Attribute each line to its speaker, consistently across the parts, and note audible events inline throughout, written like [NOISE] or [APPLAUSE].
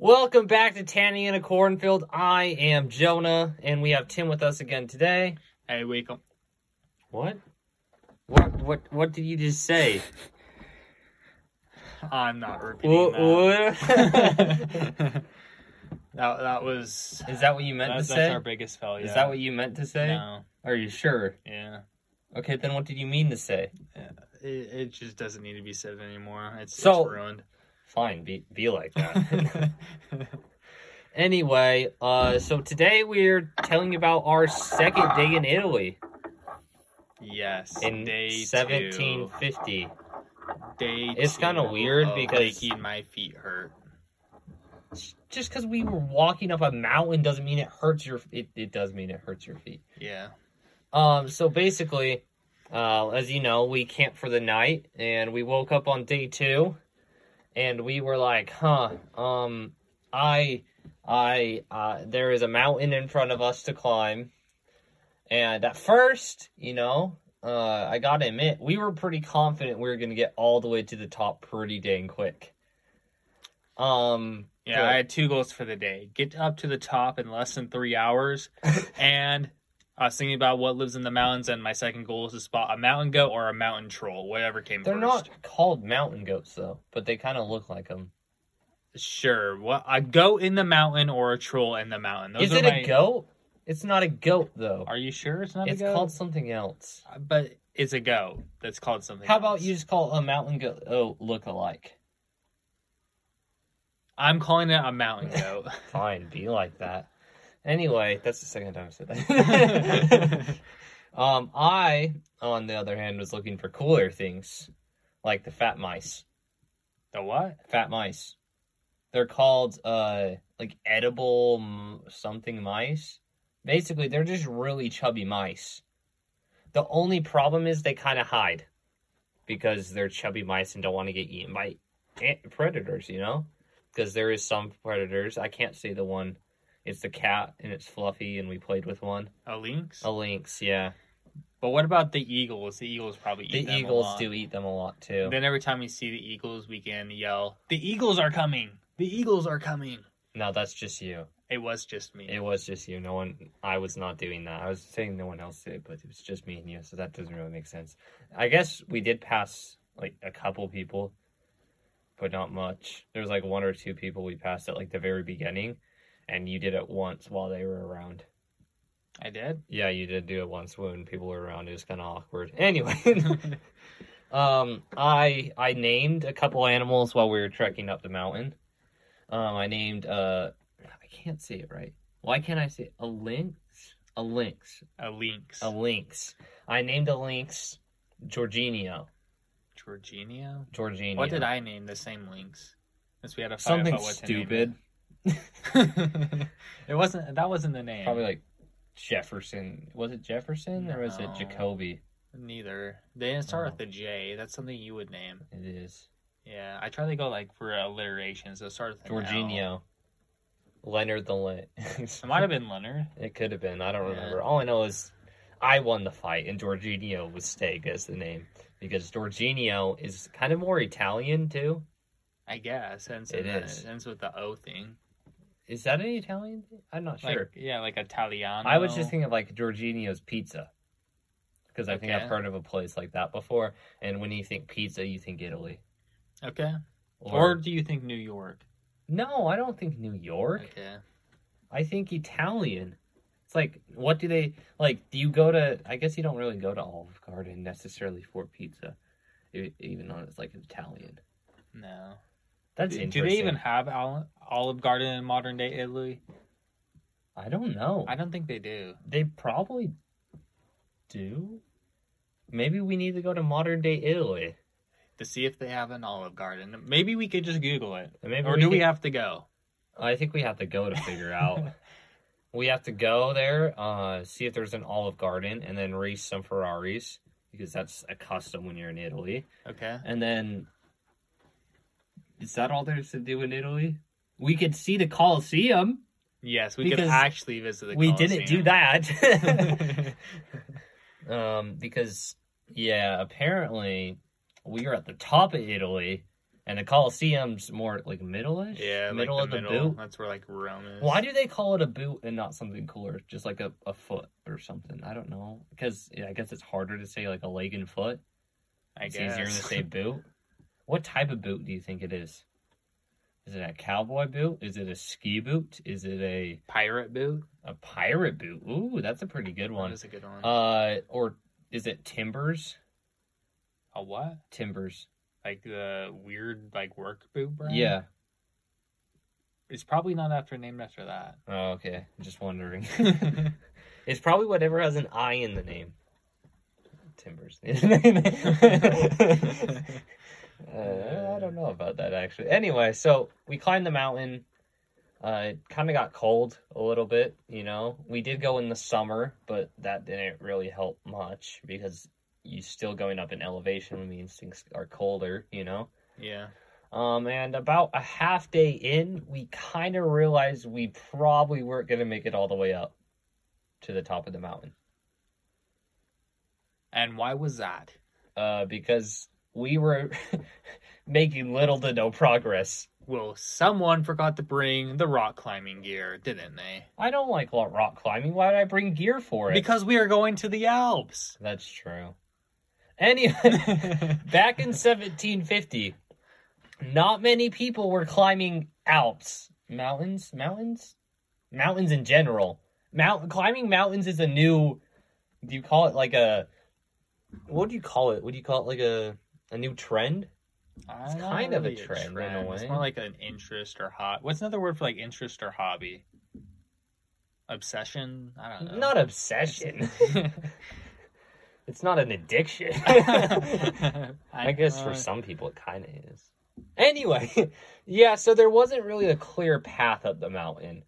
Speaker 1: Welcome back to Tanny in a Cornfield. I am Jonah, and we have Tim with us again today.
Speaker 2: Hey, wake up.
Speaker 1: What? What? What? What did you just
Speaker 2: [LAUGHS]
Speaker 1: say?
Speaker 2: I'm not repeating
Speaker 1: Wha-
Speaker 2: that.
Speaker 1: what? [LAUGHS]
Speaker 2: that. [LAUGHS] That was.
Speaker 1: Is that what you meant
Speaker 2: that's,
Speaker 1: to
Speaker 2: that's
Speaker 1: say?
Speaker 2: our biggest failure.
Speaker 1: Is that what you meant to say?
Speaker 2: No.
Speaker 1: Are you sure?
Speaker 2: Yeah.
Speaker 1: Okay, then what did you mean to say?
Speaker 2: It, it just doesn't need to be said anymore. It's,
Speaker 1: So- [LAUGHS]
Speaker 2: it's ruined.
Speaker 1: Fine, be be like
Speaker 2: [LAUGHS]
Speaker 1: that. [LAUGHS] anyway, uh, so today we're telling you about our second day in Italy
Speaker 2: yes.
Speaker 1: in
Speaker 2: day two.
Speaker 1: 1750.
Speaker 2: Day
Speaker 1: It's
Speaker 2: two
Speaker 1: kinda weird because-
Speaker 2: making my feet hurt.
Speaker 1: Just because we were walking up a mountain doesn't mean it hurts your. It, it does mean it hurts your feet.
Speaker 2: Yeah.
Speaker 1: Um, so basically, uh, as you know, we camped for the night, and we woke up on day two, and we were like, "Huh, um, I, I, uh, there is a mountain in front of us to climb." And at first, you know, uh, I gotta admit, we were pretty confident we were gonna get all the way to the top pretty dang quick. Um,
Speaker 2: Yeah. I had two goals for the day: get up to the top in less than three
Speaker 1: [LAUGHS]
Speaker 2: hours, and I was thinking about what lives in the mountains. And my second goal is to spot a mountain goat or a mountain troll, whatever came
Speaker 1: they're
Speaker 2: first.
Speaker 1: not called mountain goats though, but they kind of look like them.
Speaker 2: Sure. What a goat in the mountain or a troll in the mountain. Those
Speaker 1: is
Speaker 2: are
Speaker 1: it
Speaker 2: my-
Speaker 1: a goat? It's not a goat though.
Speaker 2: Are you sure it's not
Speaker 1: It's
Speaker 2: a goat?
Speaker 1: called something else.
Speaker 2: Uh, But it's a goat that's called something.
Speaker 1: How about
Speaker 2: else.
Speaker 1: you just call a mountain goat oh, look alike?
Speaker 2: I'm calling it
Speaker 1: [LAUGHS]
Speaker 2: a mountain goat.
Speaker 1: Fine, be like that. Anyway, that's the second time I
Speaker 2: [LAUGHS]
Speaker 1: said that. [LAUGHS] um, I, on the other hand, was looking for cooler things, like the fat mice.
Speaker 2: the what?
Speaker 1: Fat mice. They're called uh like edible m- something mice. Basically, they're just really chubby mice. The only problem is they kind of hide because they're chubby mice and don't want to get eaten by a- predators, you know? Because there is some predators. I can't say the one. It's the cat and it's fluffy and we played with one.
Speaker 2: A lynx?
Speaker 1: A lynx, yeah.
Speaker 2: But what about the eagles? The eagles probably eat
Speaker 1: the
Speaker 2: them a
Speaker 1: eagles
Speaker 2: lot.
Speaker 1: do eat them a lot too.
Speaker 2: Then every time you see the eagles, we can yell, "The eagles are coming! The eagles are coming!"
Speaker 1: no, that's just you.
Speaker 2: It was just me.
Speaker 1: It was just you. No one. I was not doing that. I was saying no one else did, but it was just me and you. So that doesn't really make sense. I guess we did pass like a couple people, but not much. There was like one or two people we passed at like the very beginning, and you did it once while they were around.
Speaker 2: I did.
Speaker 1: Yeah, you did do it once when people were around. It was kind of awkward. [LAUGHS]
Speaker 2: [LAUGHS]
Speaker 1: Anyway, um, I I named a couple animals while we were trekking up the mountain. Um, I named uh, I can't say it right. Why can't I say it? a lynx? A lynx.
Speaker 2: a lynx.
Speaker 1: A lynx. I named a lynx, Jorginio.
Speaker 2: Jorginho?
Speaker 1: Jorginio.
Speaker 2: What did I name the same lynx? Since we had a fight
Speaker 1: Something
Speaker 2: about what to name
Speaker 1: stupid.
Speaker 2: it. [LAUGHS] it wasn't. That wasn't the name.
Speaker 1: Probably like Jefferson. Was it Jefferson or was it
Speaker 2: No.
Speaker 1: Jacoby?
Speaker 2: Neither. They didn't start
Speaker 1: Oh.
Speaker 2: with a J. That's something you would name.
Speaker 1: It is
Speaker 2: Yeah, I try to go like for alliterations. So start with an L.
Speaker 1: Jorginio. Leonard the Lynx.
Speaker 2: It might have been Leonard.
Speaker 1: It could have been. I don't
Speaker 2: Yeah.
Speaker 1: remember. All I know is I won the fight, and Jorginho was Steg as the name because Jorginho is kind of more Italian too.
Speaker 2: I guess. Ends
Speaker 1: It
Speaker 2: in the-
Speaker 1: is.
Speaker 2: ends with the O thing.
Speaker 1: Is that an Italian? thing? I'm not sure.
Speaker 2: Like yeah, like Italiano.
Speaker 1: I was just thinking of like Jorginho's pizza because I think I've
Speaker 2: Okay.
Speaker 1: heard of a place like that before. And when you think pizza, you think Italy.
Speaker 2: Okay. Or,
Speaker 1: Or,
Speaker 2: do you think New York?
Speaker 1: no, I don't think New York.
Speaker 2: Okay.
Speaker 1: I think Italian. It's like what do they like? Do you go to? I guess you don't really go to Olive Garden necessarily for pizza, e- even though it's like Italian.
Speaker 2: No.
Speaker 1: That's
Speaker 2: Do, do
Speaker 1: interesting.
Speaker 2: they even have Al- Olive Garden in modern day Italy?
Speaker 1: I don't know.
Speaker 2: I don't think they do.
Speaker 1: They probably do. Maybe we need to go to modern day Italy.
Speaker 2: To see if they have an Olive Garden. Maybe we could just Google it.
Speaker 1: And Maybe
Speaker 2: Or do we
Speaker 1: could-
Speaker 2: have to go?
Speaker 1: I think we have to go to figure
Speaker 2: [LAUGHS]
Speaker 1: out. we have to go there, uh, see if there's an Olive Garden, and then race some Ferraris because that's a custom when you're in Italy.
Speaker 2: Okay.
Speaker 1: And then, is that all there's to do in Italy? We could see the Colosseum.
Speaker 2: Yes, we could
Speaker 1: Because
Speaker 2: actually visit the
Speaker 1: we didn't do
Speaker 2: Colosseum. [LAUGHS]
Speaker 1: that. [LAUGHS] um, because yeah, apparently we were at the top of Italy, and the Colosseum's more like middle-ish,
Speaker 2: Yeah,
Speaker 1: middle
Speaker 2: like the
Speaker 1: of the
Speaker 2: middle.
Speaker 1: boot.
Speaker 2: That's where like Rome is.
Speaker 1: Why do they call it a boot and not something cooler, just like a, a foot or something? I don't know, because yeah, I guess it's harder to say like a leg and foot.
Speaker 2: I
Speaker 1: it's
Speaker 2: guess
Speaker 1: easier to
Speaker 2: [LAUGHS]
Speaker 1: say boot. What type of boot do you think it is? Is it a cowboy boot? Is it a ski boot? Is it a
Speaker 2: pirate boot?
Speaker 1: a pirate boot? Ooh, that's a pretty good
Speaker 2: One
Speaker 1: one.
Speaker 2: is a good one.
Speaker 1: Uh, or is it timbers?
Speaker 2: a what?
Speaker 1: Timbers.
Speaker 2: Like the weird like work boot brand?
Speaker 1: Yeah.
Speaker 2: It's probably not after named after that.
Speaker 1: [LAUGHS]
Speaker 2: [LAUGHS]
Speaker 1: Oh, okay. Just wondering. [LAUGHS] it's probably whatever has an I in the name. Timbers. [LAUGHS] uh, I don't know about that actually. Anyway, so we climbed the mountain. Uh, it kind of got cold a little bit, you know. We did go in the summer, but that didn't really help much because you still going up in elevation means things are colder, you know.
Speaker 2: yeah.
Speaker 1: Um, and about a half day in, we kind of realized we probably weren't going to make it all the way up to the top of the mountain
Speaker 2: And why was that?
Speaker 1: uh, because we were [LAUGHS] making little to no progress.
Speaker 2: Well, someone forgot to bring the rock climbing gear, didn't they?
Speaker 1: I don't like lo- rock climbing. Why did I bring gear for it?
Speaker 2: Because we are going to the Alps.
Speaker 1: That's true. Anyway, [LAUGHS] back in 1750, not many people were climbing Alps, mountains, mountains, mountains in general. Mount climbing mountains is a new. Do you call it like a? What do you call it? What do you call it? Like a a new trend?
Speaker 2: it's
Speaker 1: kind of a trend in a
Speaker 2: It's
Speaker 1: way.
Speaker 2: more like an interest or hot. What's another word for like interest or hobby? Obsession? I don't know.
Speaker 1: Not obsession. [LAUGHS]
Speaker 2: [LAUGHS]
Speaker 1: it's not an addiction. [LAUGHS] I guess for
Speaker 2: uh,
Speaker 1: some people it kind of is. Anyway, [LAUGHS] yeah, so there wasn't really a clear path up the mountain.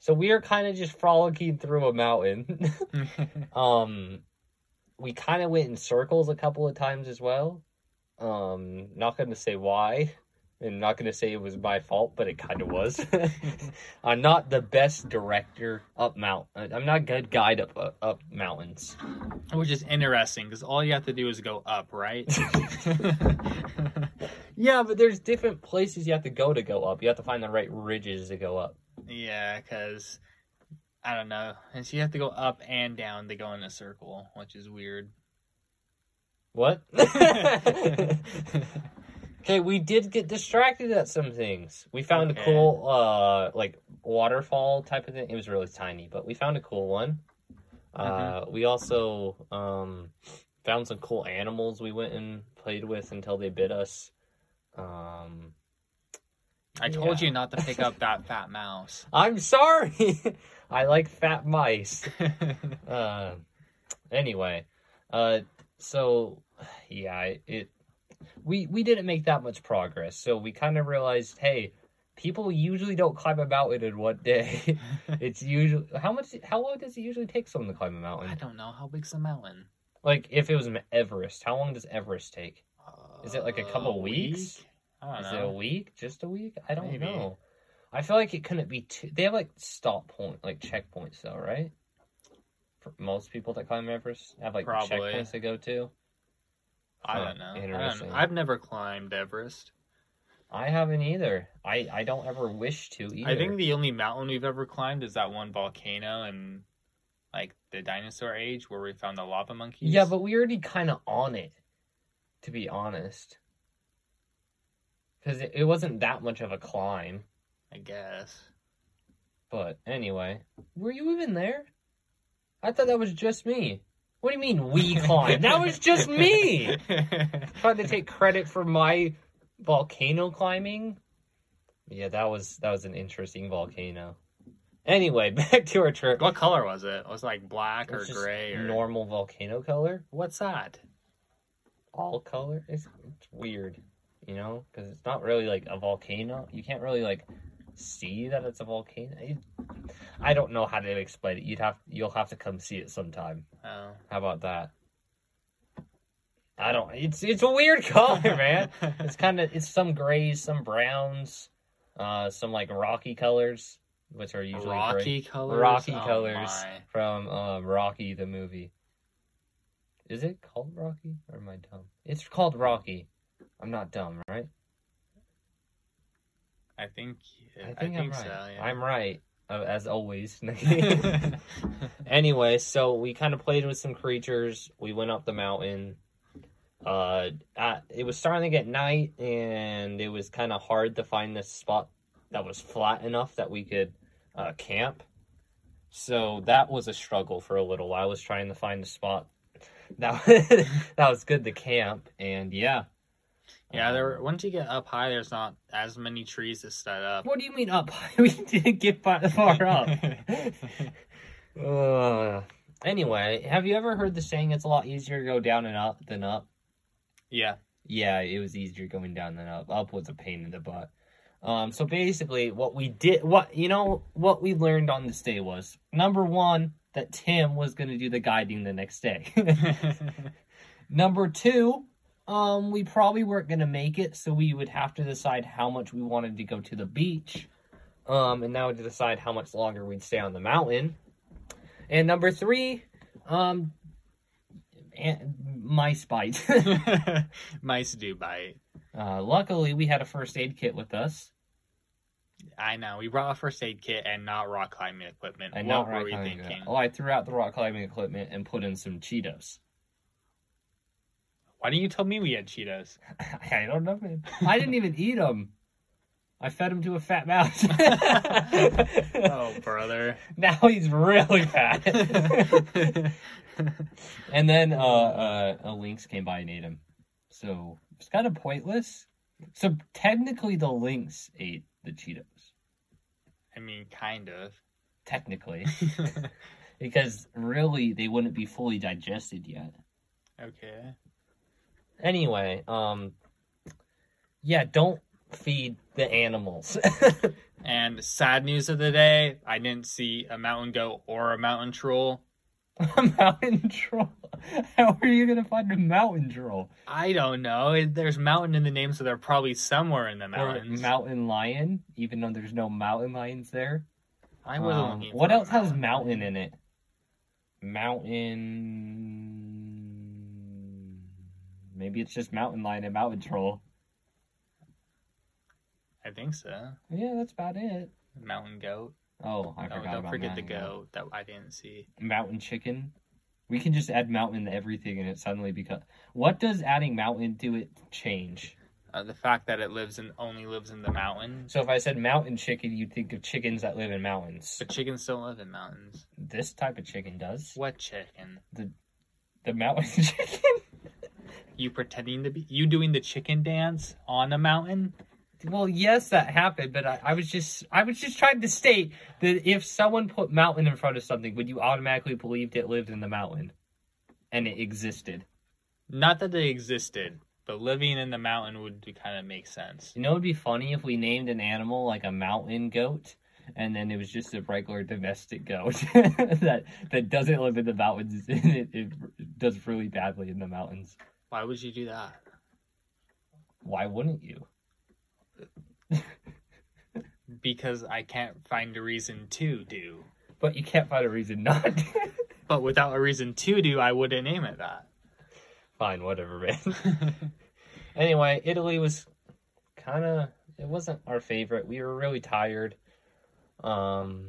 Speaker 1: So we are kind of just frolicking through a mountain. [LAUGHS] um we kind of went in circles a couple of times as well. Um not going to say why and not going to say it was my fault, but it kind of was. [LAUGHS] I'm not the best director up mount. uh, I'm not a good guide up up, up mountains.
Speaker 2: [LAUGHS] Which is interesting because all you have to do is go
Speaker 1: [LAUGHS]
Speaker 2: up, right? [LAUGHS]
Speaker 1: Yeah, but there's different places you have to go to go up. You have to find the right ridges to go up.
Speaker 2: yeah, because I don't know. And so you have to go up and down. They go in a circle, which is weird.
Speaker 1: What? [LAUGHS] okay, we did get distracted at some things. We found a
Speaker 2: Okay.
Speaker 1: cool uh like waterfall type of thing. It was really tiny, but we found a cool one. Uh we also um found some cool animals we went and played with until they bit us. Um
Speaker 2: I told
Speaker 1: Yeah.
Speaker 2: you not to pick up that fat mouse.
Speaker 1: [LAUGHS] I'm sorry. [LAUGHS] I like fat mice. uh, anyway, uh, so yeah, it, it we we didn't make that much progress. So we kind of realized, hey, people usually don't climb a mountain in one day. [LAUGHS] it's usually how much how long does it usually take someone to climb a
Speaker 2: I
Speaker 1: mountain?
Speaker 2: don't know how big's the mountain.
Speaker 1: Like if it was Everest, how long does Everest take? Is it like a couple
Speaker 2: Uh,
Speaker 1: weeks?
Speaker 2: week? I don't
Speaker 1: Is it a
Speaker 2: know.
Speaker 1: week? Just a week? I don't
Speaker 2: Maybe.
Speaker 1: know. I feel like it couldn't be too. They have like stop point, like checkpoints, though, right? For most people that climb Everest have like
Speaker 2: Probably.
Speaker 1: checkpoints they go to.
Speaker 2: I
Speaker 1: Huh,
Speaker 2: don't know. I don't know.
Speaker 1: interesting.
Speaker 2: I've never climbed Everest.
Speaker 1: I haven't either. I I don't ever wish to either.
Speaker 2: I think the only mountain we've ever climbed is that one volcano in like the dinosaur age where we found the lava monkeys.
Speaker 1: yeah, but we already kind of on it, to be honest. Because it, it wasn't that much of a climb.
Speaker 2: I guess.
Speaker 1: But anyway, were you even there? I thought that was just me. What do you mean
Speaker 2: [LAUGHS]
Speaker 1: we climbed? that was just me. trying to take credit for my volcano climbing. Yeah, that was that was an interesting volcano. Anyway, [LAUGHS] back to our trip.
Speaker 2: what color was it? Was it like black
Speaker 1: It's
Speaker 2: or
Speaker 1: just
Speaker 2: gray or
Speaker 1: normal volcano color,
Speaker 2: what's that?
Speaker 1: all color. It's it's weird, you know, because it's not really like a volcano. You can't really like see that it's a volcano. It, I don't know how to explain it. You'd have you'll have to come see it sometime.
Speaker 2: Oh.
Speaker 1: How about that? I don't. It's it's a weird [LAUGHS] color, man.
Speaker 2: [LAUGHS]
Speaker 1: it's kind of it's some grays, some browns, uh, some like rocky colors, which are usually gray.
Speaker 2: Rocky colors.
Speaker 1: rocky
Speaker 2: Oh,
Speaker 1: colors
Speaker 2: my.
Speaker 1: from um, Rocky the movie. Is it called Rocky or am I dumb? It's called Rocky. I'm not dumb, right?
Speaker 2: I think.
Speaker 1: I think, I am right.
Speaker 2: so. Yeah. [LAUGHS]
Speaker 1: I'm right, uh, as always. anyway, so we kind of played with some creatures. We went up the mountain. Uh, I, it was starting to get night, and it was kind of hard to find this spot that was flat enough that we could uh, camp. So that was a struggle for a little while. I was trying to find a spot [LAUGHS] that that was good to camp, and yeah,
Speaker 2: yeah,
Speaker 1: [LAUGHS]
Speaker 2: there. Were, once you get up high, there's not as many trees to set up.
Speaker 1: What do you mean up? [LAUGHS] we didn't get far, [LAUGHS] far up. uh, anyway, have you ever heard the saying it's a lot easier to go down and up than up?
Speaker 2: yeah, [LAUGHS]
Speaker 1: Yeah, it was easier going down than up. Up was a pain in the butt. Um, so basically, what we did, what you know, what we learned on this day was number one that Tim was going to do the guiding the next day. [LAUGHS] number two, um, we probably weren't going to make it, so we would have to decide how much we wanted to go to the beach, um, and now to decide how much longer we'd stay on the mountain. And number three, um, and my spite. [LAUGHS]
Speaker 2: mice do bite.
Speaker 1: Uh, luckily, we had a first aid kit with us.
Speaker 2: I know. We brought a first aid kit and not rock climbing equipment.
Speaker 1: And
Speaker 2: what
Speaker 1: not rock
Speaker 2: were we
Speaker 1: climbing
Speaker 2: thinking?
Speaker 1: equipment. Oh, I threw out the rock climbing equipment and put in some Cheetos. [LAUGHS]
Speaker 2: Why didn't you tell me we had Cheetos?
Speaker 1: [LAUGHS] I don't know. Man. I didn't even eat them. I fed him to a fat mouse.
Speaker 2: [LAUGHS]
Speaker 1: [LAUGHS]
Speaker 2: oh, brother.
Speaker 1: Now he's really
Speaker 2: [LAUGHS]
Speaker 1: fat. and then uh, uh, a lynx came by and ate him. So it's kind of pointless. So technically, the lynx ate the Cheetos.
Speaker 2: I mean, kind of. [LAUGHS]
Speaker 1: Technically. because really they wouldn't be fully digested yet.
Speaker 2: okay.
Speaker 1: Anyway, um yeah, don't feed the animals. [LAUGHS]
Speaker 2: And sad news of the day, I didn't see a mountain goat or a mountain troll.
Speaker 1: a mountain troll. [LAUGHS] How are you going to find a mountain troll?
Speaker 2: I don't know. It- There's mountain in the name, so they're probably somewhere in the mountains.
Speaker 1: Or mountain lion, even though there's no mountain lions there.
Speaker 2: I wasn't
Speaker 1: Um,
Speaker 2: looking
Speaker 1: what
Speaker 2: for a
Speaker 1: else has mountain in it? Mountain Maybe it's just mountain lion and mountain troll.
Speaker 2: I think so.
Speaker 1: Yeah, that's about it.
Speaker 2: Mountain goat.
Speaker 1: Oh, I
Speaker 2: Oh,
Speaker 1: forgot
Speaker 2: don't
Speaker 1: about
Speaker 2: forget the
Speaker 1: mountain lion.
Speaker 2: goat that I didn't see.
Speaker 1: mountain chicken. We can just add mountain to everything and it suddenly becomes. What does adding mountain to it change?
Speaker 2: Uh, the fact that it lives in only lives in the mountains.
Speaker 1: So if I said mountain chicken, you'd think of chickens that live in mountains.
Speaker 2: But chickens don't live in mountains.
Speaker 1: This type of chicken does.
Speaker 2: What chicken?
Speaker 1: The mountain [LAUGHS] chicken?
Speaker 2: You pretending to be you doing the chicken dance on a mountain?
Speaker 1: Well, yes, that happened, but I, I was just I was just trying to state that if someone put mountain in front of something, would you automatically believed it lived in the mountain? And it existed.
Speaker 2: Not that they existed, but living in the mountain would kind of make sense.
Speaker 1: You know, it'd be funny if we named an animal like a mountain goat, and then it was just a regular domestic goat [LAUGHS] that that doesn't live in the mountains. [LAUGHS] And it, it does really badly in the mountains.
Speaker 2: Why would you do that?
Speaker 1: Why wouldn't you?
Speaker 2: Because I can't find a reason to do.
Speaker 1: But you can't find a reason not. [LAUGHS] to.
Speaker 2: But without a reason to do, I wouldn't name it that.
Speaker 1: Fine, whatever, man. anyway, Italy was kind of it wasn't our favorite. We were really tired. Um,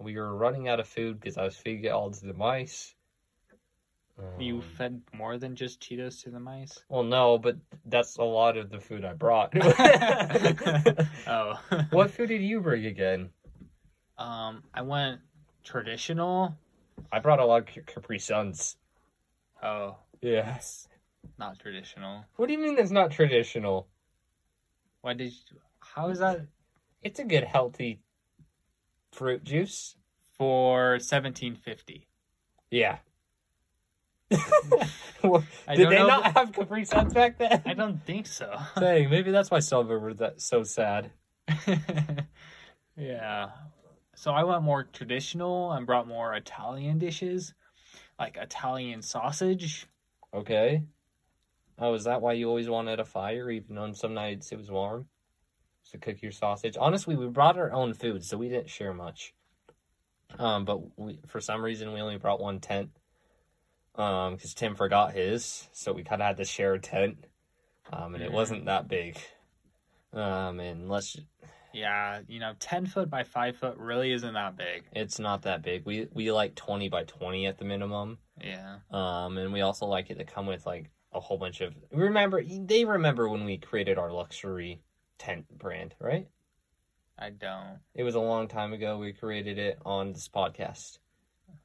Speaker 1: we were running out of food because I was feeding it all to the mice.
Speaker 2: you
Speaker 1: Um,
Speaker 2: fed more than just Cheetos to the mice?
Speaker 1: Well, no, but that's a lot of the food I
Speaker 2: [LAUGHS]
Speaker 1: brought.
Speaker 2: oh.
Speaker 1: what food did you bring again?
Speaker 2: Um, I went traditional.
Speaker 1: I brought a lot of Ca- Capri Suns.
Speaker 2: Oh,
Speaker 1: Yes.
Speaker 2: not traditional.
Speaker 1: What do you mean that's not traditional?
Speaker 2: Why did you? How is that
Speaker 1: It's a good healthy fruit juice.
Speaker 2: for seventeen fifty?
Speaker 1: [LAUGHS] Yeah. Well,
Speaker 2: I
Speaker 1: did
Speaker 2: don't
Speaker 1: they
Speaker 2: know
Speaker 1: not have Capri Suns back then?
Speaker 2: I don't think so.
Speaker 1: Dang, maybe that's why some of them were that so sad.
Speaker 2: yeah. So I went more traditional and brought more Italian dishes, like Italian sausage.
Speaker 1: Okay. Oh, is that why you always wanted a fire, even on some nights it was warm? So cook your sausage. Honestly, we brought our own food, so we didn't share much. Um, but we, for some reason, we only brought one tent. Um, because Tim forgot his, so we kind of had to share a tent. Um, and it
Speaker 2: Mhm.
Speaker 1: wasn't that big. Um, and let's
Speaker 2: Yeah, you know, ten foot by five foot really isn't that big.
Speaker 1: It's not that big. We we like twenty by twenty at the minimum.
Speaker 2: Yeah.
Speaker 1: Um, and we also like it to come with like a whole bunch of. Remember, they remember when we created our luxury tent brand, right?
Speaker 2: I don't.
Speaker 1: It was a long time ago. We created it on this podcast.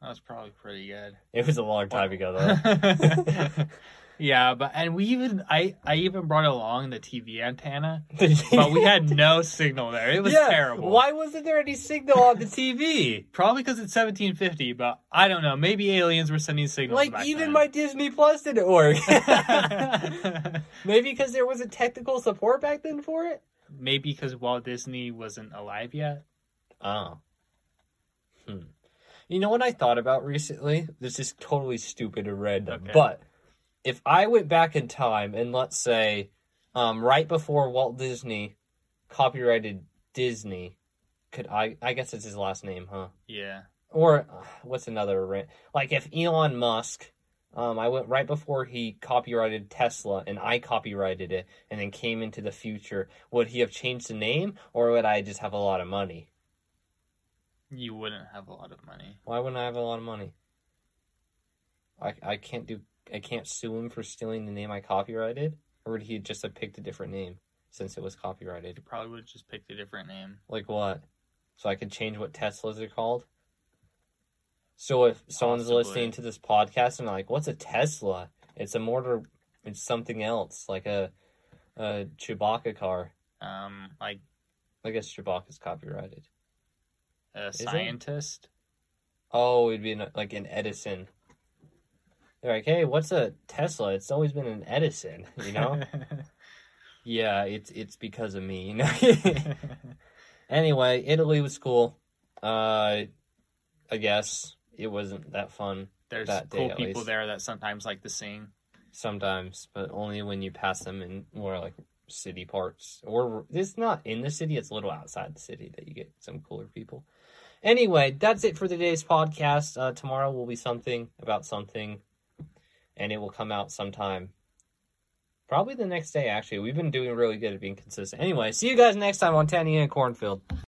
Speaker 2: That was probably pretty good.
Speaker 1: It was a long time ago though.
Speaker 2: [LAUGHS]
Speaker 1: [LAUGHS]
Speaker 2: yeah, but and we even I I even brought along the TV antenna, but we had
Speaker 1: [LAUGHS]
Speaker 2: no signal there. It was
Speaker 1: Yeah,
Speaker 2: terrible.
Speaker 1: Why wasn't there any signal on the
Speaker 2: [LAUGHS]
Speaker 1: TV?
Speaker 2: Probably because it's 1750, but I don't know. Maybe aliens were sending signals.
Speaker 1: like
Speaker 2: back
Speaker 1: even
Speaker 2: then.
Speaker 1: my Disney Plus didn't
Speaker 2: [LAUGHS]
Speaker 1: work. [LAUGHS] Maybe because there wasn't technical support back then for it.
Speaker 2: Maybe because Walt Disney wasn't alive yet.
Speaker 1: Oh. Hmm. You know what I thought about recently? This is totally stupid and random.
Speaker 2: Okay.
Speaker 1: But if I went back in time and let's say um, right before Walt Disney copyrighted Disney, could I I guess it's his last name, huh?
Speaker 2: Yeah.
Speaker 1: Or uh, what's another rant? Like if Elon Musk um, I went right before he copyrighted Tesla and I copyrighted it and then came into the future. Would he have changed the name or would I just have a lot of money?
Speaker 2: You wouldn't have a lot of money.
Speaker 1: Why wouldn't I have a lot of money? I I can't do I can't sue him for stealing the name I copyrighted, or would he just have picked a different name since it was copyrighted?
Speaker 2: You probably would have just picked a different name.
Speaker 1: Like what? So I could change what Teslas are called. So if someone's
Speaker 2: Possibly.
Speaker 1: listening to this podcast and they're like, "What's a Tesla?" It's a mortar. It's something else, like a a Chewbacca car.
Speaker 2: Um, like
Speaker 1: I guess Chewbacca's copyrighted.
Speaker 2: a
Speaker 1: it?
Speaker 2: scientist.
Speaker 1: Oh, it'd be an, like an Edison. They're like, hey, what's a Tesla? It's always been an Edison, [LAUGHS] you
Speaker 2: [LAUGHS]
Speaker 1: know? yeah, it's it's because of me. you know? [LAUGHS] anyway, Italy was cool. Uh, I guess it wasn't that fun
Speaker 2: There's
Speaker 1: That day,
Speaker 2: cool
Speaker 1: at
Speaker 2: people
Speaker 1: least.
Speaker 2: there that sometimes like to sing.
Speaker 1: sometimes, but only when you pass them in more like city parts. Or it's not in the city; it's a little outside the city that you get some cooler people. Anyway, that's it for today's podcast. Uh, tomorrow will be something about something, and it will come out sometime. Probably the next day, actually. We've been doing really good at being consistent. Anyway, see you guys next time on Tanny and Cornfield.